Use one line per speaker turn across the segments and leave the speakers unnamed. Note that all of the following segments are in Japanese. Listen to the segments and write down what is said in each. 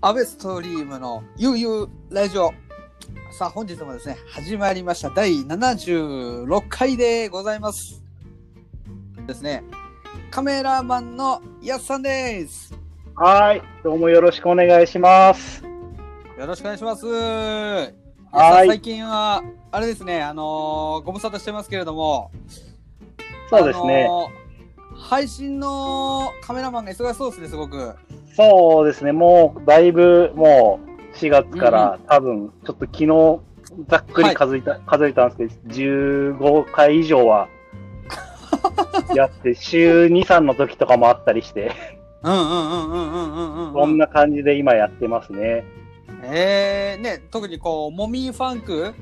アベストリームのゆうゆうラジオ。さあ、本日もですね、始まりました。第76回でございます。ですね、カメラマンのやっさんです。
はい、どうもよろしくお願いします。
よろしくお願いします。やっ
は
さん
ーい
最近は、あれですね、あのーご無沙汰してますけれども、
そうですね
あ。のー配信のカメラマンが忙しそうですね、すごく。
そうですね。もう、だいぶ、もう、4月から、多分、ちょっと昨日、ざっくり数えた、数えたんですけど、15回以上 は、やって、週2、3の時とかもあったりして、
うんうんうんうんうんうんうんうん。
そんな感じで今やってますね。
えー、ね、特にこう、モミーファンク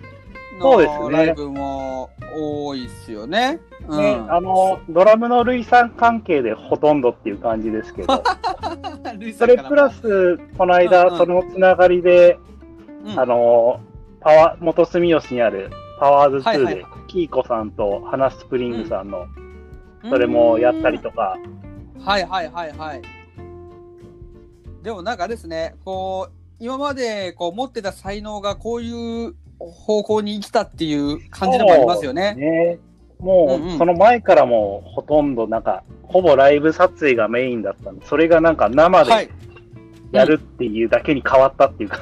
そうです
の
ね
ライブも多いっすよね。う
ね
ん、
あの、ドラムの類産関係でほとんどっていう感じですけ ど、それプラ、ス、この間、
うんうん
そのつながりで、
うん
あのパワー元住吉にあるパワーズ
はい
2
はい
で、キーコさんと花スプリングさんの、それもやったりとか、
はいはいはいはい。でもなんかですね、こう、今までこう持ってた才能がこういう方向に生きたっていう感じでもありますよね。
ねもう、
うんうん
その前からもほとんどなんか、ほぼライブ撮影がメインだったんで、それがなんか生
は
で
い。
やるっていうだけに変わったっていうか、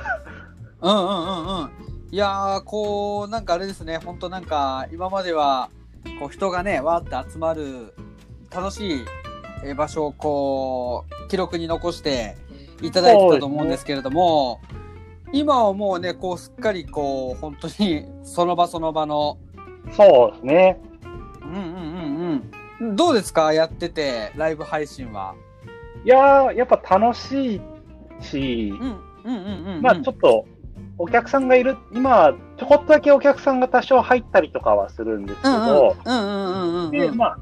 うんうんうんうん。いやー、こう、なんかあれですね、ほんとなんか、今までは、こう、人がね、わーって集まる、楽しいえー場所を、こう、記録に残していただいてたと思うんですけれども、今はもうね、こう、すっかり、こう、本当に、その場その場の、
そうですね。
うんうんうんうん。どうですかやってて、ライブ配信は。
いやー、やっぱ楽しいし、
うんうんうんうん、うん。
まあちょっと、お客さんがいる、今、ちょこっとだけお客さんが多少入ったりとかはするんですけ
うん
ど、
うんうんうんうん
で、
うん。
まあ、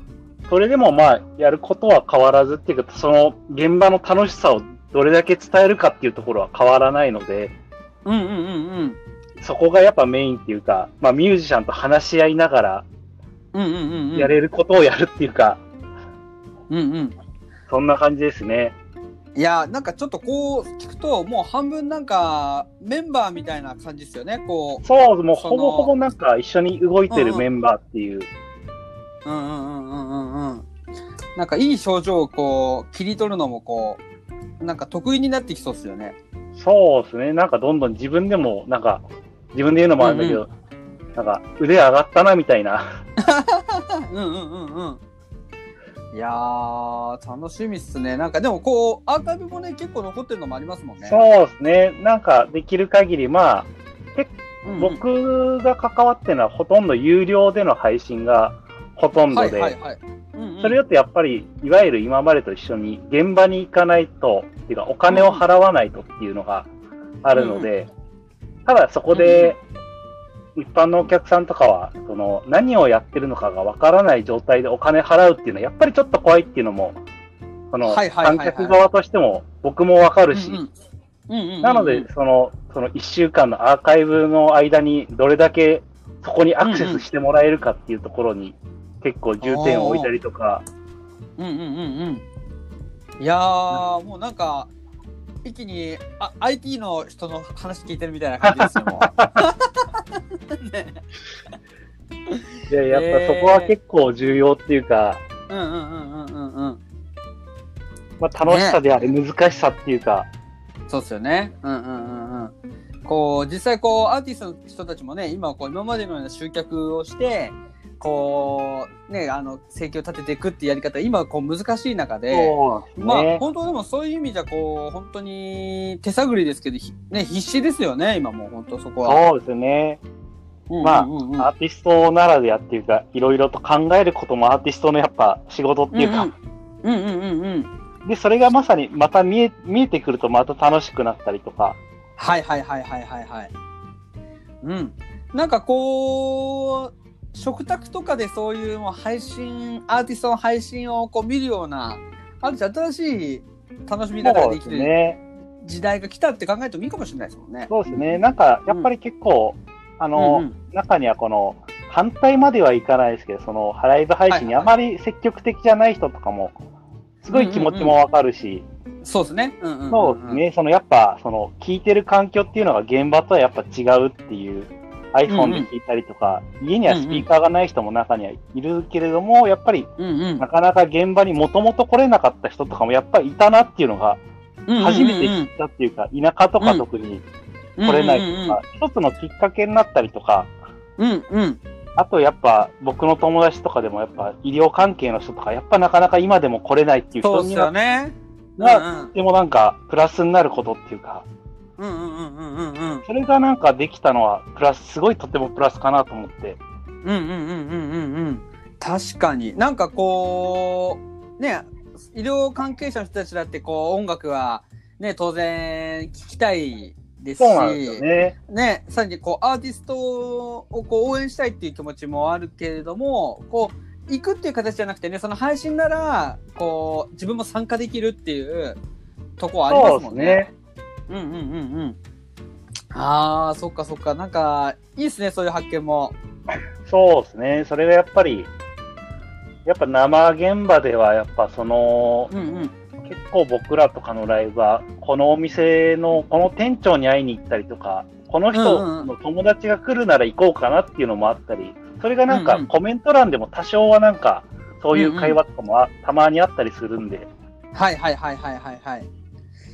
それでもまあ、やることは変わらずっていうか、その現場の楽しさをどれだけ伝えるかっていうところは変わらないので、
うんうんうんうん。
そこがやっぱメインっていうか、まあ、ミュージシャンと話し合いながら
うんうんうんうん。
やれることをやるっていうか、
うんうん。
そんな感じですね。
いやなんかちょっとこう聞くともう半分なんかメンバーみたいな感じですよねこ
そう、もう
その
ほぼほぼなんか一緒に動いてるメンバーっていう、
ううんうんうんうんうんうんなんかいい表情をこう切り取るのもこうなんか得意になってきそうですよね
そうですね、なんかどんどん自分でも、なんか、自分で言うのもあるんだけど、なんか腕上がったなみたいな、
うんうんうんうんいやー楽しみっすねなんかでもこうアーカイブもね結構残ってるのもありますもんね
そうですね、なんかできる限り、まあ、
うんうん
僕が関わってるのはほとんど有料での配信がほとんど
はい
で、
はいはいうんうん
それだとやっぱりいわゆる今までと一緒に現場に行かないとっていうかお金を払わないとっていうのがあるので、ただそこで一般のお客さんとかはその何をやってるのかがわからない状態でお金払うっていうのはやっぱりちょっと怖いっていうのもその
はいはいはい
観
はい
客側としても僕もわかるし、
うんうんうんうんうん
なので、その、その1週間のアーカイブの間に、どれだけそこにアクセスしてもらえるかっていうところに、結構重点を置いたりとか、
うんうんうんうん。いやー、もうなんか、一気にあ IT の人の話聞いてるみたいな感じですよ。もうね
で、やっぱそこは結構重要っていうか、
うんうんうんうんうんうん。
まあ、楽しさであり、難しさっていうか、
そうっすよね。うんうんうんうん。こう、実際こう、アーティストの人たちもね、今こう、今までのような集客をして、こう、ね、あの、請求を立てていくっていうやり方、今こう難しい中で、
そうです
まあ、
ね。
本当でもそういう意味じゃ、こう、本当に手探りですけど、ひね、必死ですよね、今もう本当そこは。
そうですね。
まうんうんうん
アーティストならではっていうか、いろいろと考えることもアーティストのやっぱ仕事っていうか、
うんうんうんうんうんうん
で、それがまさにまた見え見えてくるとまた楽しくなったりとか、
はいはいはいはいはいはい。うん。なんかこう、食卓とかでそういうもう配信、アーティストの配信をこう見るような、ある種新しい楽しみ方が
そう
で
で
き
す
る
ね。
時代が来たって考えてもいいかもしれないですもんね。
そうですね。なんか、やっぱり結構、あの、
うんうん
中にはこの、反対まではいかないですけど、その、ライブ配信に
は
あ
いは
まり積極的じゃない人とかも、すごい気持ちもわかるし、
そうですね。うんうんうんうん
そうです。ね、そのやっぱ、その、聞いてる環境っていうのが現場とはやっぱ違うっていう、iPhone で聞いたりとか、家にはスピーカーがない人も中にはいるけれども、やっぱり、
うんうん
なかなか現場にもともと来れなかった人とかもやっぱりいたなっていうのが、
うんうんうん。
初めて知ったっていうか、田舎とか特に、来れないとか、一つのきっかけになったりとか、
うんうんうん。
あとやっぱ僕の友達とかでもやっぱ医療関係の人とか、やっぱなかなか今でも来れないっていう
そ
人
うです
に
よ
は、
ね。うんう
が
ん
でもなんかプラスになることっていうか、
うんうんうんうんうん
それがなんかできたのはプラス、すごいとてもプラスかなと思って。
うんうんうんうんうんうん確かになんかこうね医療関係者の人たちだってこう音楽はね当然聞きたいですし
そうなんですよね。
ねさらにこうアーティストをこう応援したいっていう気持ちもあるけれどもこう行くっていう形じゃなくてねその配信ならこう自分も参加できるっていうとこはありますもんね。うんうんうんうん。ああ、そっかそっか。なんか、いいですね、そういう発見も。
そうですね。それがやっぱり、やっぱ生現場ではやっぱその、
うんうん。
結構僕らとかのライブは、このお店の、この店長に会いに行ったりとか、この人の友達が来るなら行こうかなっていうのもあったり、それがなん
うんう
か
ん
コメント欄でも多少はなんか、そういう会話とかもあたまにあったりするんで、
はいはいはいはいはいはい。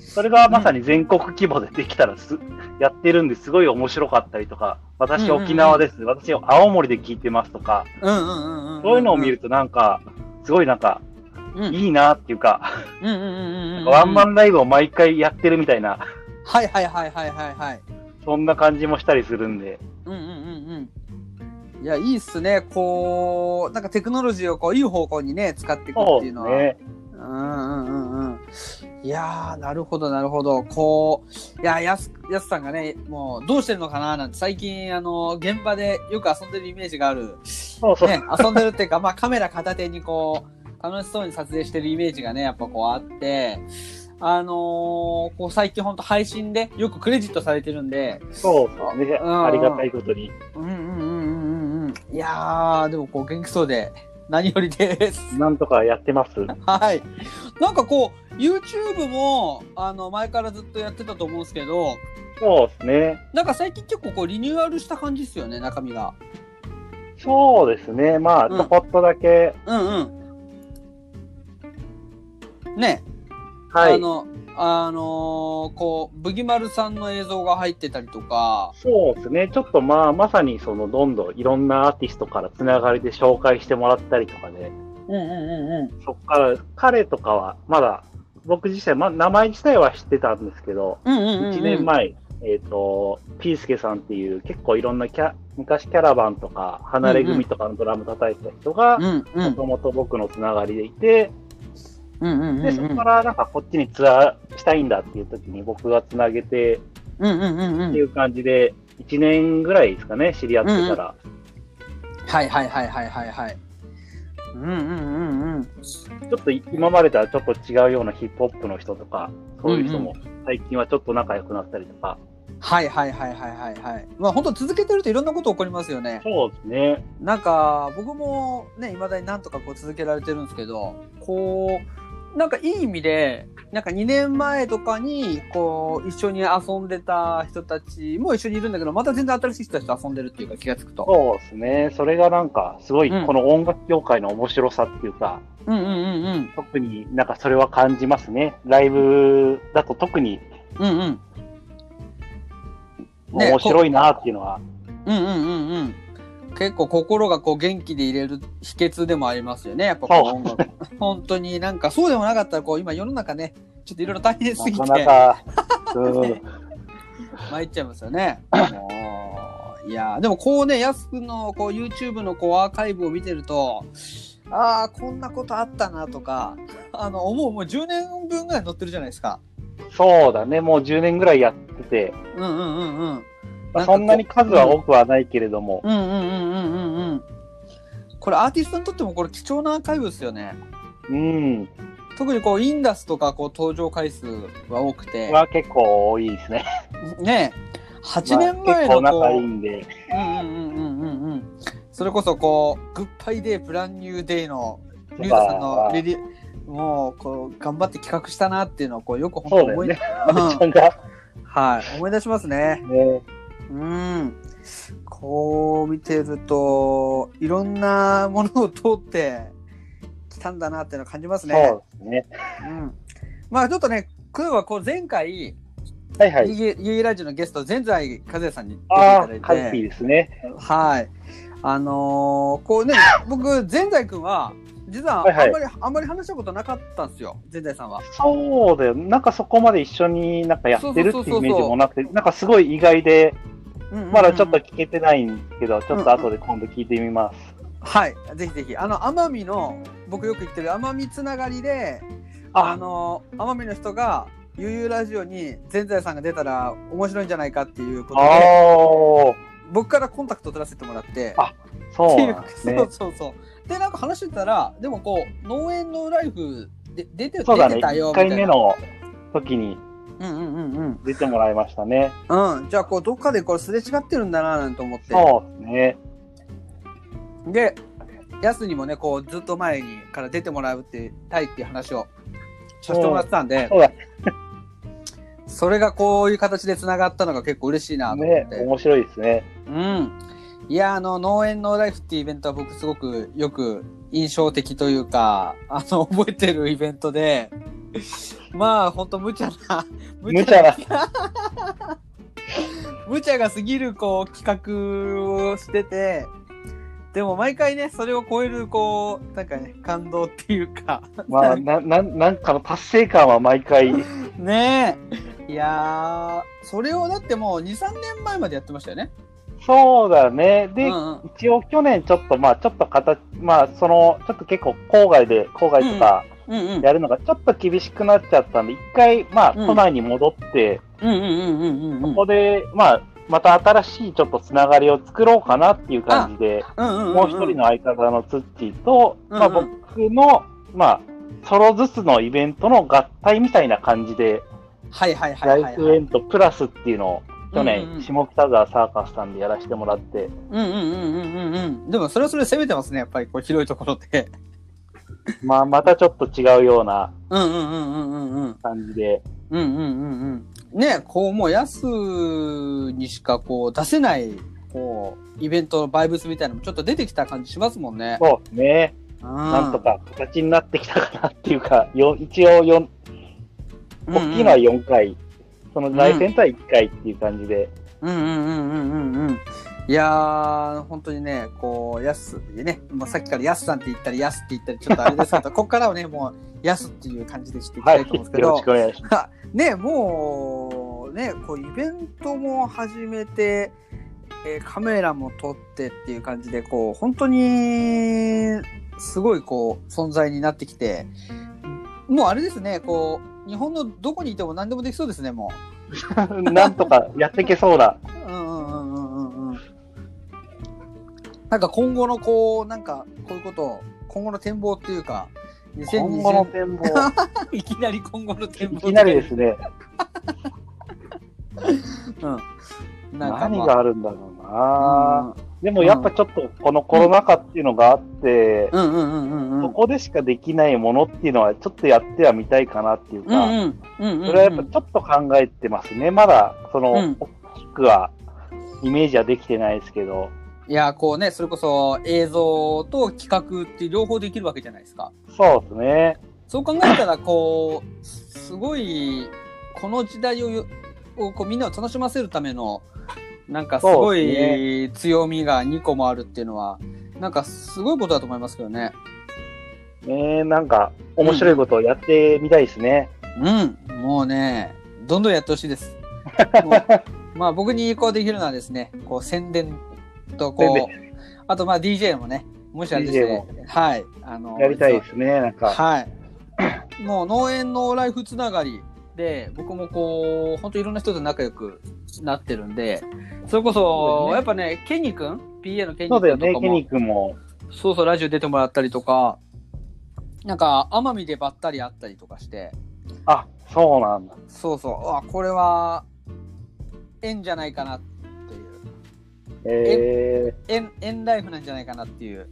それがまさに全国規模でできたらす、やってるんですごい面白かったりとか、私
うんうん
沖縄です、私青森で聞いてますとか、
うんうんうんうんん。
そういうのを見るとなんか、すごいなんか、
うん。うん
いいなっていうか、
うんうんうんうん。
ワンマンライブを毎回やってるみたいな、
はいはいはいはいはいはい。
そんな感じもしたりするんで、
うんうんうんうん。いや、いいっすね。こう、なんかテクノロジーをこう、いい方向にね、使っていくっていうのは。
ね。
うんうんうんうん。いやー、なるほど、なるほど。こう、いや、やす、やすさんがね、もう、どうしてるのかななんて、最近、あの、現場でよく遊んでるイメージがある。
そうそう。
ね、遊んでるっていうか、まあ、カメラ片手にこう、楽しそうに撮影してるイメージがね、やっぱこうあって、あのーこう最近ほんと配信でよくクレジットされてるんで、
そうそうね。
うん
ありがたいことに。
うんうんうんうんうんうん。いやー、でもこう元気そうで、何よりです。
なんとかやってます。
はい。なんかこう、YouTube も、あの、前からずっとやってたと思うんですけど、
そうですね。
なんか最近結構こう、リニューアルした感じですよね、中身が。
そうですね。まあ、
うん
ちょこっとだけ。
うんうん。ね、
は
あ
い。
の、あのーこう、ブギマルさんの映像が入ってたりとか、
そうですね。ちょっとまあ、まさにその、どんどんいろんなアーティストからつながりで紹介してもらったりとかで、
うんうんうん
そこから、彼とかは、まだ、僕自身、まあ、名前自体は知ってたんですけど、
うん。うんうんうん、うん。
1年。前、えっ、と、ピースケさんっていう、結構いろんなキャ、昔キャラバンとか、離れ組とかのドラム叩いてた人が、
うんう
も
ん。
ともと僕のつながりでいて、
うんうんうん。
で、そこからなんかこっちにツアーしたいんだっていう時に僕がつなげてっ
うんうんうんう
て
ん
い。う感じで、1年ぐらいですかね、知り合ってから。
はいはいはいはいはいはい。うんうんうんうん。
ちょっと今までとはちょっと違うようなヒップホップの人とか、そういう人も最近はちょっと仲良くなったりとか。
はいはいはいはいはいはい。まあ本当続けてるといろんなこと起こりますよね。
そうですね。
なんか僕もね、未だになんとかこう続けられてるんですけど、こう、なんかいい意味で、なんか2年前とかに、こう、一緒に遊んでた人たちも一緒にいるんだけど、また全然新しい人たちと遊んでるっていうか気がつくと。
そうですね。それがなんか、すごい
うん
この音楽業界の面白さっていうか、
うんうんうんうん。
特になんかそれは感じますね。ライブだと特に
うんうん。ね
面白いなっていうのは。
うんうんうんうん。結構心がこう元気でいれる秘訣でもありますよね。やっぱこう音楽。本当になんかそうでもなかったらこう今世の中ね、ちょっといろいろ大変すぎて
なかなか、 うん、
参っちゃいますよね。もういやーでもこうね、やすくんのこう YouTube のこうアーカイブを見てると、ああこんなことあったなとかあの思うもう10年分ぐらい載ってるじゃないですか
そうだね、もう10年ぐらいやってて、
うんうんうんうんなんか
まあ、
こう
そんなに数は多くはないけれども、
うんうんうんうんうんうんこれアーティストにとってもこれ貴重なアーカイブですよね
うん、
特にこうインダスとかこう登場回数は多くて
は結構多いで すね。
ね8年前
まあ
の
結構
こ
仲いういんで、
うんうんうんうんうんうんそれこそこう「グッバイデーブランニューデイの
とか
リュウタさんのレディもうこう頑張って企画したなっていうのをこうよく本当
そう
に
だよ
思い,、う
ね、お
ん
ば ちゃんが、
はい、思い出しますね。
ね、
うんこう見てるといろんなものを通ってきたんだなっていうのを感じますね。
そうですね。
うん、まあちょっとね今日はこう前回、
はいは
ゆ
い。
ゆゆいラジオのゲスト全財和也さんに出てい
あ
ただ
あ
いて
ー、カズピーですね。
はい。あのーこうね、僕、全財君は、実はあ
はいはい
んまり、あんまり話したことなかったんですよ、全財さんは。
そうだよ、なんかそこまで一緒になんかやってるっていうイメージもなく
そうそうそ
て、
うそう
なんかすごい意外で、
うんうんうん
まだちょっと聞けてないんですけど、ちょっと後で今度聞いてみます。
はい、ぜひぜひ。あの、奄美の、僕よく言ってる奄美つながりで、あ
あ、
のー奄美の人が、ゆうゆうラジオに全財さんが出たら面白いんじゃないかっていうこと
あ
で、
ー、
僕からコンタクト取らせてもらって、
あそうなんです
そ
ね
う。そうそう。で、なんか話してたら、でもこう、農園のライフで出て
そうだ
出
ね、
てたよ
1
みたい
回
な。
目の時に
うんうんうんうん。
出てもらいましたね。
うん、じゃあこうどっかでこれすれ違ってるんだななんて思って
そうですね。
でやすにもねこうずっと前にから出てもらうってたいっていう話をさせてもらってたんで
そうだ
それがこういう形でつながったのが結構嬉しいなと思っ
ね
て、。
面白いですね。
うんいやあの農園のライフっていうイベントは僕すごくよく印象的というかあの覚えてるイベントでまあほんと無茶な
無茶な、
無茶が過ぎるこう企画をしててでも毎回ねそれを超えるこうなんかね感動っていうか
まあ、な、ななんかの達成感は毎回、
ねえいやーそれをだってもう23年前までやってましたよね。
そうだね。で、
うんうん
一応去年ちょっと、まあ、ちょっと形、まあ、その、ちょっと結構郊外で、郊外とか
うんうん
やるのがちょっと厳しくなっちゃったんで、一回、まあ、
うん
都内に戻って、
うんうんうんうんうん
ここで、まあ、また新しいちょっとつながりを作ろうかなっていう感じで、
うん
もう一人の相方のツッチーと、まあ、
うんう
僕の、まあ、ソロずつのイベントの合体みたいな感じで、
はいはいはいはい
ラ
は
イ
い
フエントプラスっていうのを、去
うんう
年、
ん
下北沢サーカスさんでやらせてもらって、
うんうんうんうんうんうんでもそれはそれで攻めてますねやっぱりこう広いところで
まあ、またちょっと違うような
うんうんうんうんうんうん
感じで、
うんうんうんうん。ねこうもうやすにしかこう出せないこうイベントのバイブスみたいなのもちょっと出てきた感じしますもんね。
そうですね、
な
なんとか形になってきたかなっていうか、よ一応よん、大きいのは4回、そのライフエントは1回っていう感じで、
うんうんうんうんうんうん。いやー、本当にね、こう、やす、ね、もうさっきからやすさんって言ったり、やすって言ったり、ちょっとあれですけ ど、ここからはね、もう、やすっていう感じでしていき
は
た
い、
いと思うんですけ
よ
ど、
ろしくお願いします。
あねもうねこうイベントも始めて、えーカメラも撮ってっていう感じでこう本当にすごいこう存在になってきてもうあれですねこう日本のどこにいても何でもできそうですねも
なんとかやっていけそうな、
う。うんうんうんうんうんうんなんか今後のこうなんかこういうことを今後の展望っていうか
今後の
2020
展望、
いきなり今後の展
い
望
きなりですね、
うん、 なんかまあ
何があるんだろうな。
あ
でもやっぱちょっとこのコロナ禍っていうのがあって、
うんうんうんうんうん
そこでしかできないものっていうのはちょっとやってはみたいかなっていうか、
うんうん
それはやっぱちょっと考えてますね。まだその、
うん
大きくはイメージはできてないですけど、
いやこうねそれこそ映像と企画って両方できるわけじゃないですか
そうですね。
そう考えたらこうすごいこの時代をよをこうみんなを楽しませるためのなんかすご
そう
い
で
強みが2個もあるっていうのはなんかすごいことだと思いますけどね
ねなんか面白いことをやってみたいですね。
うんもうねどんどんやってほしいです もうまあ僕に移行できるのはですねこう宣伝とこ
宣
うあとまあ DJ もねもしあれでしたら、はい。あの
やりたいですね、なんか。
はい。 もう農園のライフつながりで、僕もこう、本当いろんな人と仲良くなってるんで、それこ
そうだ
そ、
よね
やっぱね、ケニー君 ?PA のケニ
そ
ー
うだよ
君とか
ね、ケ
も、
ニー君も。
そうそう、ラジオ出てもらったりとか、なんか、奄美でばったり会ったりとかして、
あ、そうなんだ。
そうそう、あ、これは、縁じゃないかなっていう。
え
円円ライフなんじゃないかなって いう。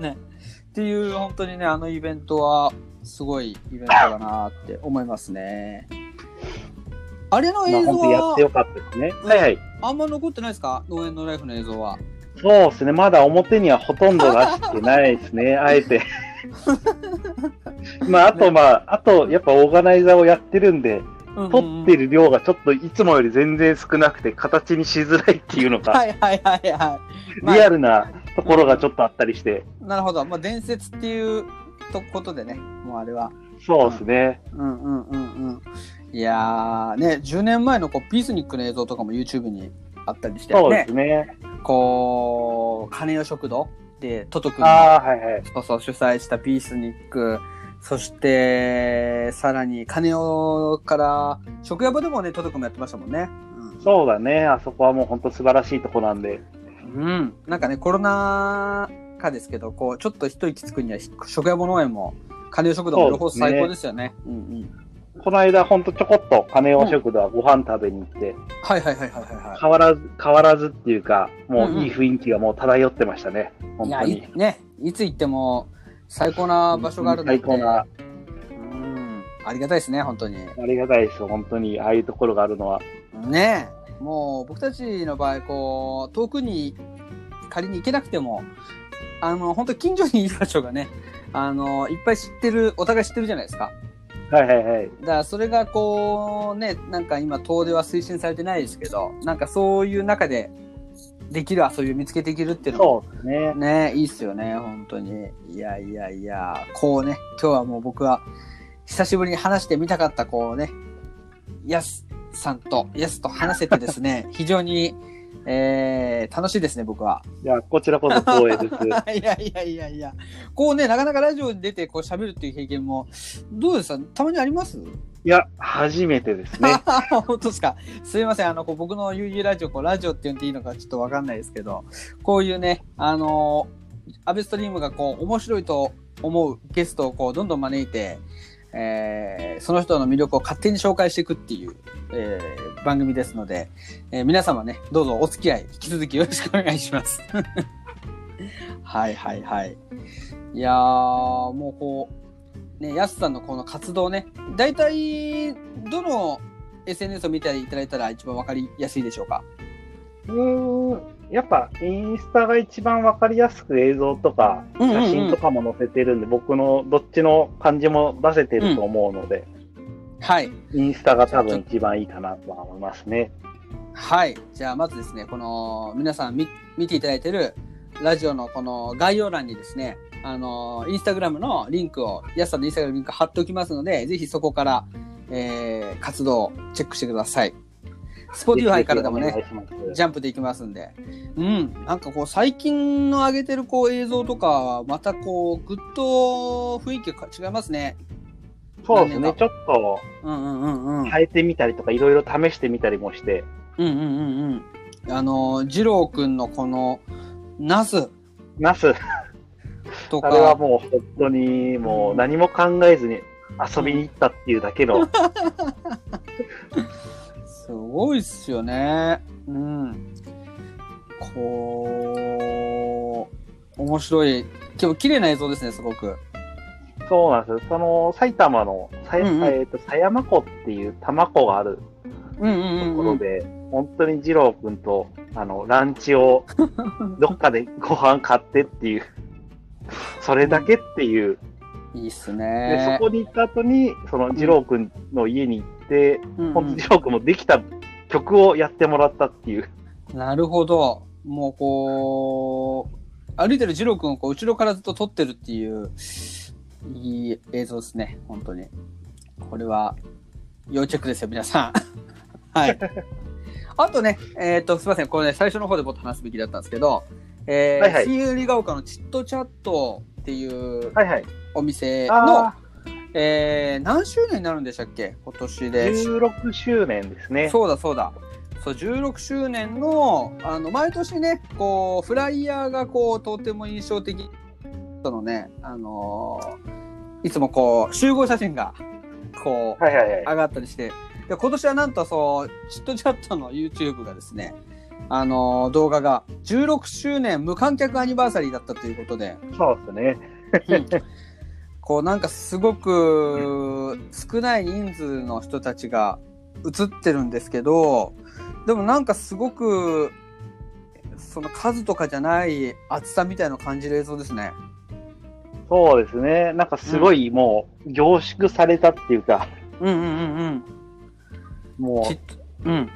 ね、っていう本当にねあのイベントはすごいイベントだなって思いますね。あれの
ー、まあ
映像
本当やってよ
は
かったですね。はいはい。
あんま残ってないですか農園のライフの映像は。
そうですね、まだ表にはほとんど出してないで すね、あえて。 まあ、あと、まあ、あと、やっぱオーガナイザーをやってるんで、取って
る。
る量がちょっといつもより全然少なくて、形にしづらいっていうのか、
はいはいはいはい。まあ
リアルなところがちょっとあったりして、
なるほど。まあ伝説っていうとことでねもうあれは。
そうですね。
うんうんうんうん。いやーね10年前のこうピースニックの映像とかも YouTube にあったりして
そう
ね
ですね。
こう金代食堂でトト君が
ああ、はいはい。
そうそう、主催したピースニック。そして、さらに、金尾から、食屋場でもね、トト君もやってましたもんね。
そうだね、あそこはもう本当素晴らしいとこなんで。
うん。うん、なんかね、コロナ禍ですけど、こう、ちょっと一息つくには、食屋場農園も、金尾食堂も両方最高ですよね。うんうん。
この間、本当ちょこっと金尾食堂はご飯食べに行って、
はいはいはいはいはい、は
変わらず、変わらずっていうか、も
んう
うんいい雰囲気がもう漂ってましたね。
い。い
本
や
当に
い。ね、いつ行っても、最高な場所があるなん
最
て。
高な、
うん。ありがたいですね、本当に。
ありがたいですよ、本当に。ああいうところがあるのは。
ねえもう僕たちの場合こう遠くに仮に行けなくてもあの本当近所にいる場所がねあのいっぱい知ってるお互い知ってるじゃないですか
はいはいはい。
だからそれがこうねなんか今遠出は推進されてないですけどなんかそういう中でできる遊びを見つけていけるっていうのも
そうですね。
ねいいっすよね本当にいやいやいやこうね今日はもう僕は久しぶりに話してみたかったこうねやすさんとやすと話せてですね非常に、えー楽しいですね僕は
いや、こちらこそ光栄です。
いやいやいやいやこうねなかなかラジオに出てこう喋るっていう経験もどうですかたまにあります
いや、初め てですね。
あ本当ですか。すいません。あの、こう僕の UU ラジオ、こう、ラジオって言っていいのかちょっとわかんないですけど、こういうね、あのーアベストリームがこう、面白いと思うゲストをこう、どんどん招いて、えーその人の魅力を勝手に紹介していくっていう、えー番組ですので、えー皆様ね、どうぞお付き合い、引き続きよろしくお願いします。 はいはいはい。いやー、もうこう、ね、やすさんのこの活動ね、大体どの SNS を見ていただいたら一番わかりやすいでしょうか。
うーん。やっぱ、インスタが一番わかりやすく映像とか、
うんうんうん
写真とかも載せてるんで、僕のどっちの感じも出せてると思うので、
はい。
インスタが多分一番いいかなとは思いますね。
はい。じゃあまずですね、この皆さん見見ていただいてるラジオのこの概要欄にですね、あの、インスタグラムのリンクを、やすさんのインスタグラムのリンク貼っておきますので、ぜひそこから、えー活動をチェックしてください。スポティファイからでもね
ぜ、ひぜひお願いします
ジャンプでいきますんで。うん。なんかこう、最近の上げてるこう映像とかは、またこう、ぐっと雰囲気が違いますね。
そうです
何
ね
が。
ちょっと
うんうんうんうん。
変えてみたりとか、いろいろ試してみたりもして、
うんうんうんうん。あの、二郎くんのこの、ナス
ナス、
と
あれは
か、
もう本当にもう何も考えずに遊びに行ったっていうだ けの、
すごいっすよね。うん。こう、面白い。でも綺麗な映像ですね、すごく。
そうなんですよ。その埼玉の、さ
うんうん
えっと狭山湖っていう多摩湖がある
うんうん
と
うん
こ
う
ろ
ん。
で、本当に二郎くんとあのランチ をどっかでご飯買ってっていう、それだけっていう。
いいっす
で
ね
そ。こに行った後に、その二郎くんの家に行って、
うんう
本当
ん
二郎くんもできた曲をやってもらったっていう。
なるほど。もうこう、歩いてる二郎くんをこう後ろからずっと撮ってるっていう、いい映像ですね、本当に。これは、要チェックですよ、皆さ ん。はい。あとね、えっ、と、すいません、これね、最初の方でもっと話すべきだったんですけど、えー
はいはい
新百合ヶ丘のチットチャットっていう
はいはい。
お店の
あ、
えー何周年になるんでしたっけ今年
あ、
で
16周年ですね。
そうだそうだ。そう16周年のあの毎年ねこうフライヤーがこうとても印象的そのねあのーいつもこう集合写真がこう
はいはいはい。
上がったりしてで今年はなんとそうチットチャットの YouTube がですねあのー動画が16周年無観客アニバーサリーだったということで
そうですね。
こうなんかすごく少ない人数の人たちが映ってるんですけどでもなんかすごくその数とかじゃない厚さみたいのを感じる映像ですね。
そうですね。なんかすごいもう凝縮されたっていうか、
うんうんうん
も
ち
う
っうん。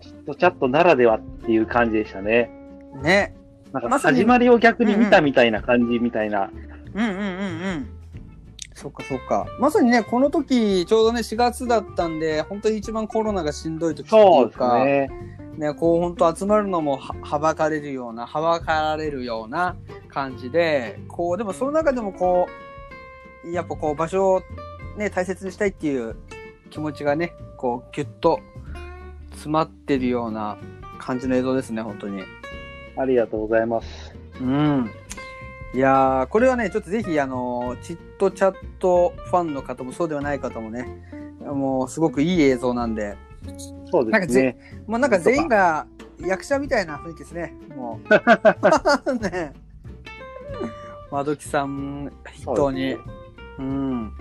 チットチャットならではっていう感じでしたね。
うん。ね。
なん
ま
か
さに
始まりを逆に見たみたいな感じみたいな。
うんうんうんうん。そっかそっか。まさにね、この時、ちょうどね、4月だったんで、本当に一番コロナがしんどい時ってい
そう
う
です
か、
ね。
ね、こう本当集まるのもははばかれるようなはばかられるような感じでこうでもその中でもこうやっぱこう場所を、ね、大切にしたいっていう気持ちがねこうギュッと詰まってるような感じの映像ですね本当に。
ありがとうございます。
うんいやーこれはねちょっとぜひあのチットチャットファンの方もそうではない方もねもうすごくいい映像なんで
そう
なんか
ですね。
もうなんか全員が役者みたいな雰囲気ですね。もう。ね。まどきさん筆頭に。
そう
うん。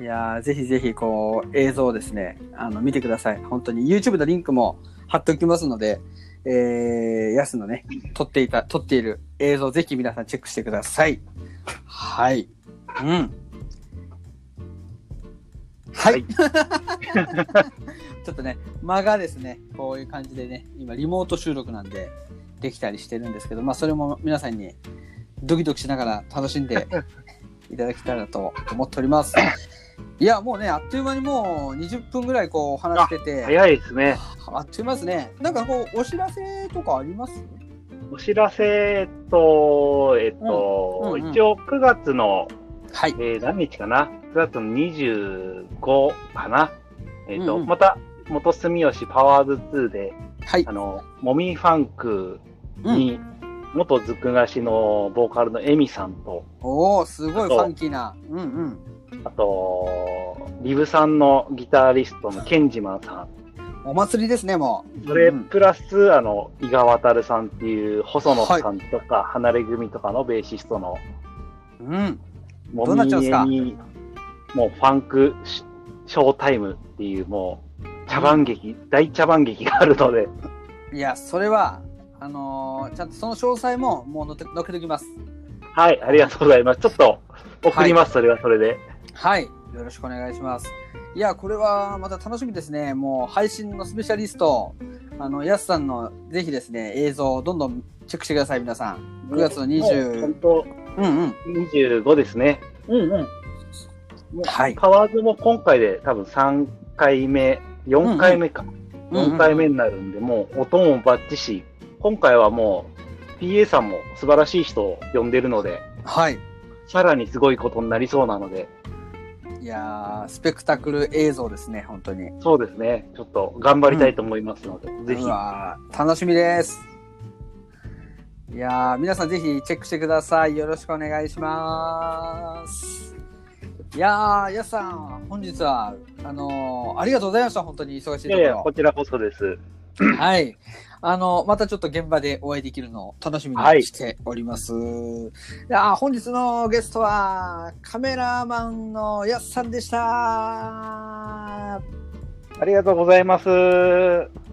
いやーぜひぜひこう映像をですね、あの見てください。本当に YouTube のリンクも貼っておきますので、えー、やすのね、撮っていた、撮っている映像ぜひ皆さんチェックしてください。はい。うん。はい。
はい
ちょっとね、間がですね、こういう感じでね、今リモート収録なんでできたりしてるんですけど、まあそれも皆さんにドキドキしながら楽しんでいただけたらと思っております。いや、もうね、あっという間にもう20分ぐらいこうお話してて、
早いですね。
あっという間ですね。なんかこう、お知らせとかあります
お知らせと、えっと、
うんうんうん
一応9月の、
はい。
えー何日かな ?9 月の25かなえっ、と、
うんうん
また、元住吉パワーズ2で、
はい
あ。の、モミーファンクに、元ずくがしのボーカルのエミさんと、
おおすごい
あ
フ
と
ァンキーな。うんうん。
あと、リブさんのギタリストのケンジマンさん、
お祭りですね、もう。
それ
うん
プラス、あの、伊賀渉さんっていう、細野さんとか、離れ組とかのベーシストの、
うん。
も
どうなっちゃうんすか
に、もうファンクシショータイムっていう、もう、茶番劇、大茶番劇があるので、
いや、それは、あのーちゃんとその詳細も、もう載って載っけておきます。
はい、ありがとうございます。ちょっと、送ります、それはそれで。
はい。よろしくお願いします。いや、これはまた楽しみですね。もう配信のスペシャリスト、あの、やすさんの、ぜひですね、映像をどんどんチェックしてください、皆さん。9月の20
もう本当、
うんうん。
25ですね。
うんうん。
もう
はい
カワーズも今回で多分3回目、4回目か。
うん
4回目になるんで、もう音もバッチし、今回はもう PA さんも素晴らしい人を呼んでるので、
はい。
さらにすごいことになりそうなので、
いやースペクタクル映像ですね、本当に。
そうですね、ちょっと頑張りたいと思いますので、ぜひ
う。わー楽しみです。いやー皆さんぜひチェックしてください。よろしくお願いします。いやーやすさん、本日は、あのーありがとうございました。本当に忙しい
い
と
や
こ
いや、
ろ
こ。ちらこそです。
はい。あの、またちょっと現場でお会いできるのを楽しみ
はい
にしております。い、やー本日のゲストは、カメラマンのやすさんでした。
ありがとうございます。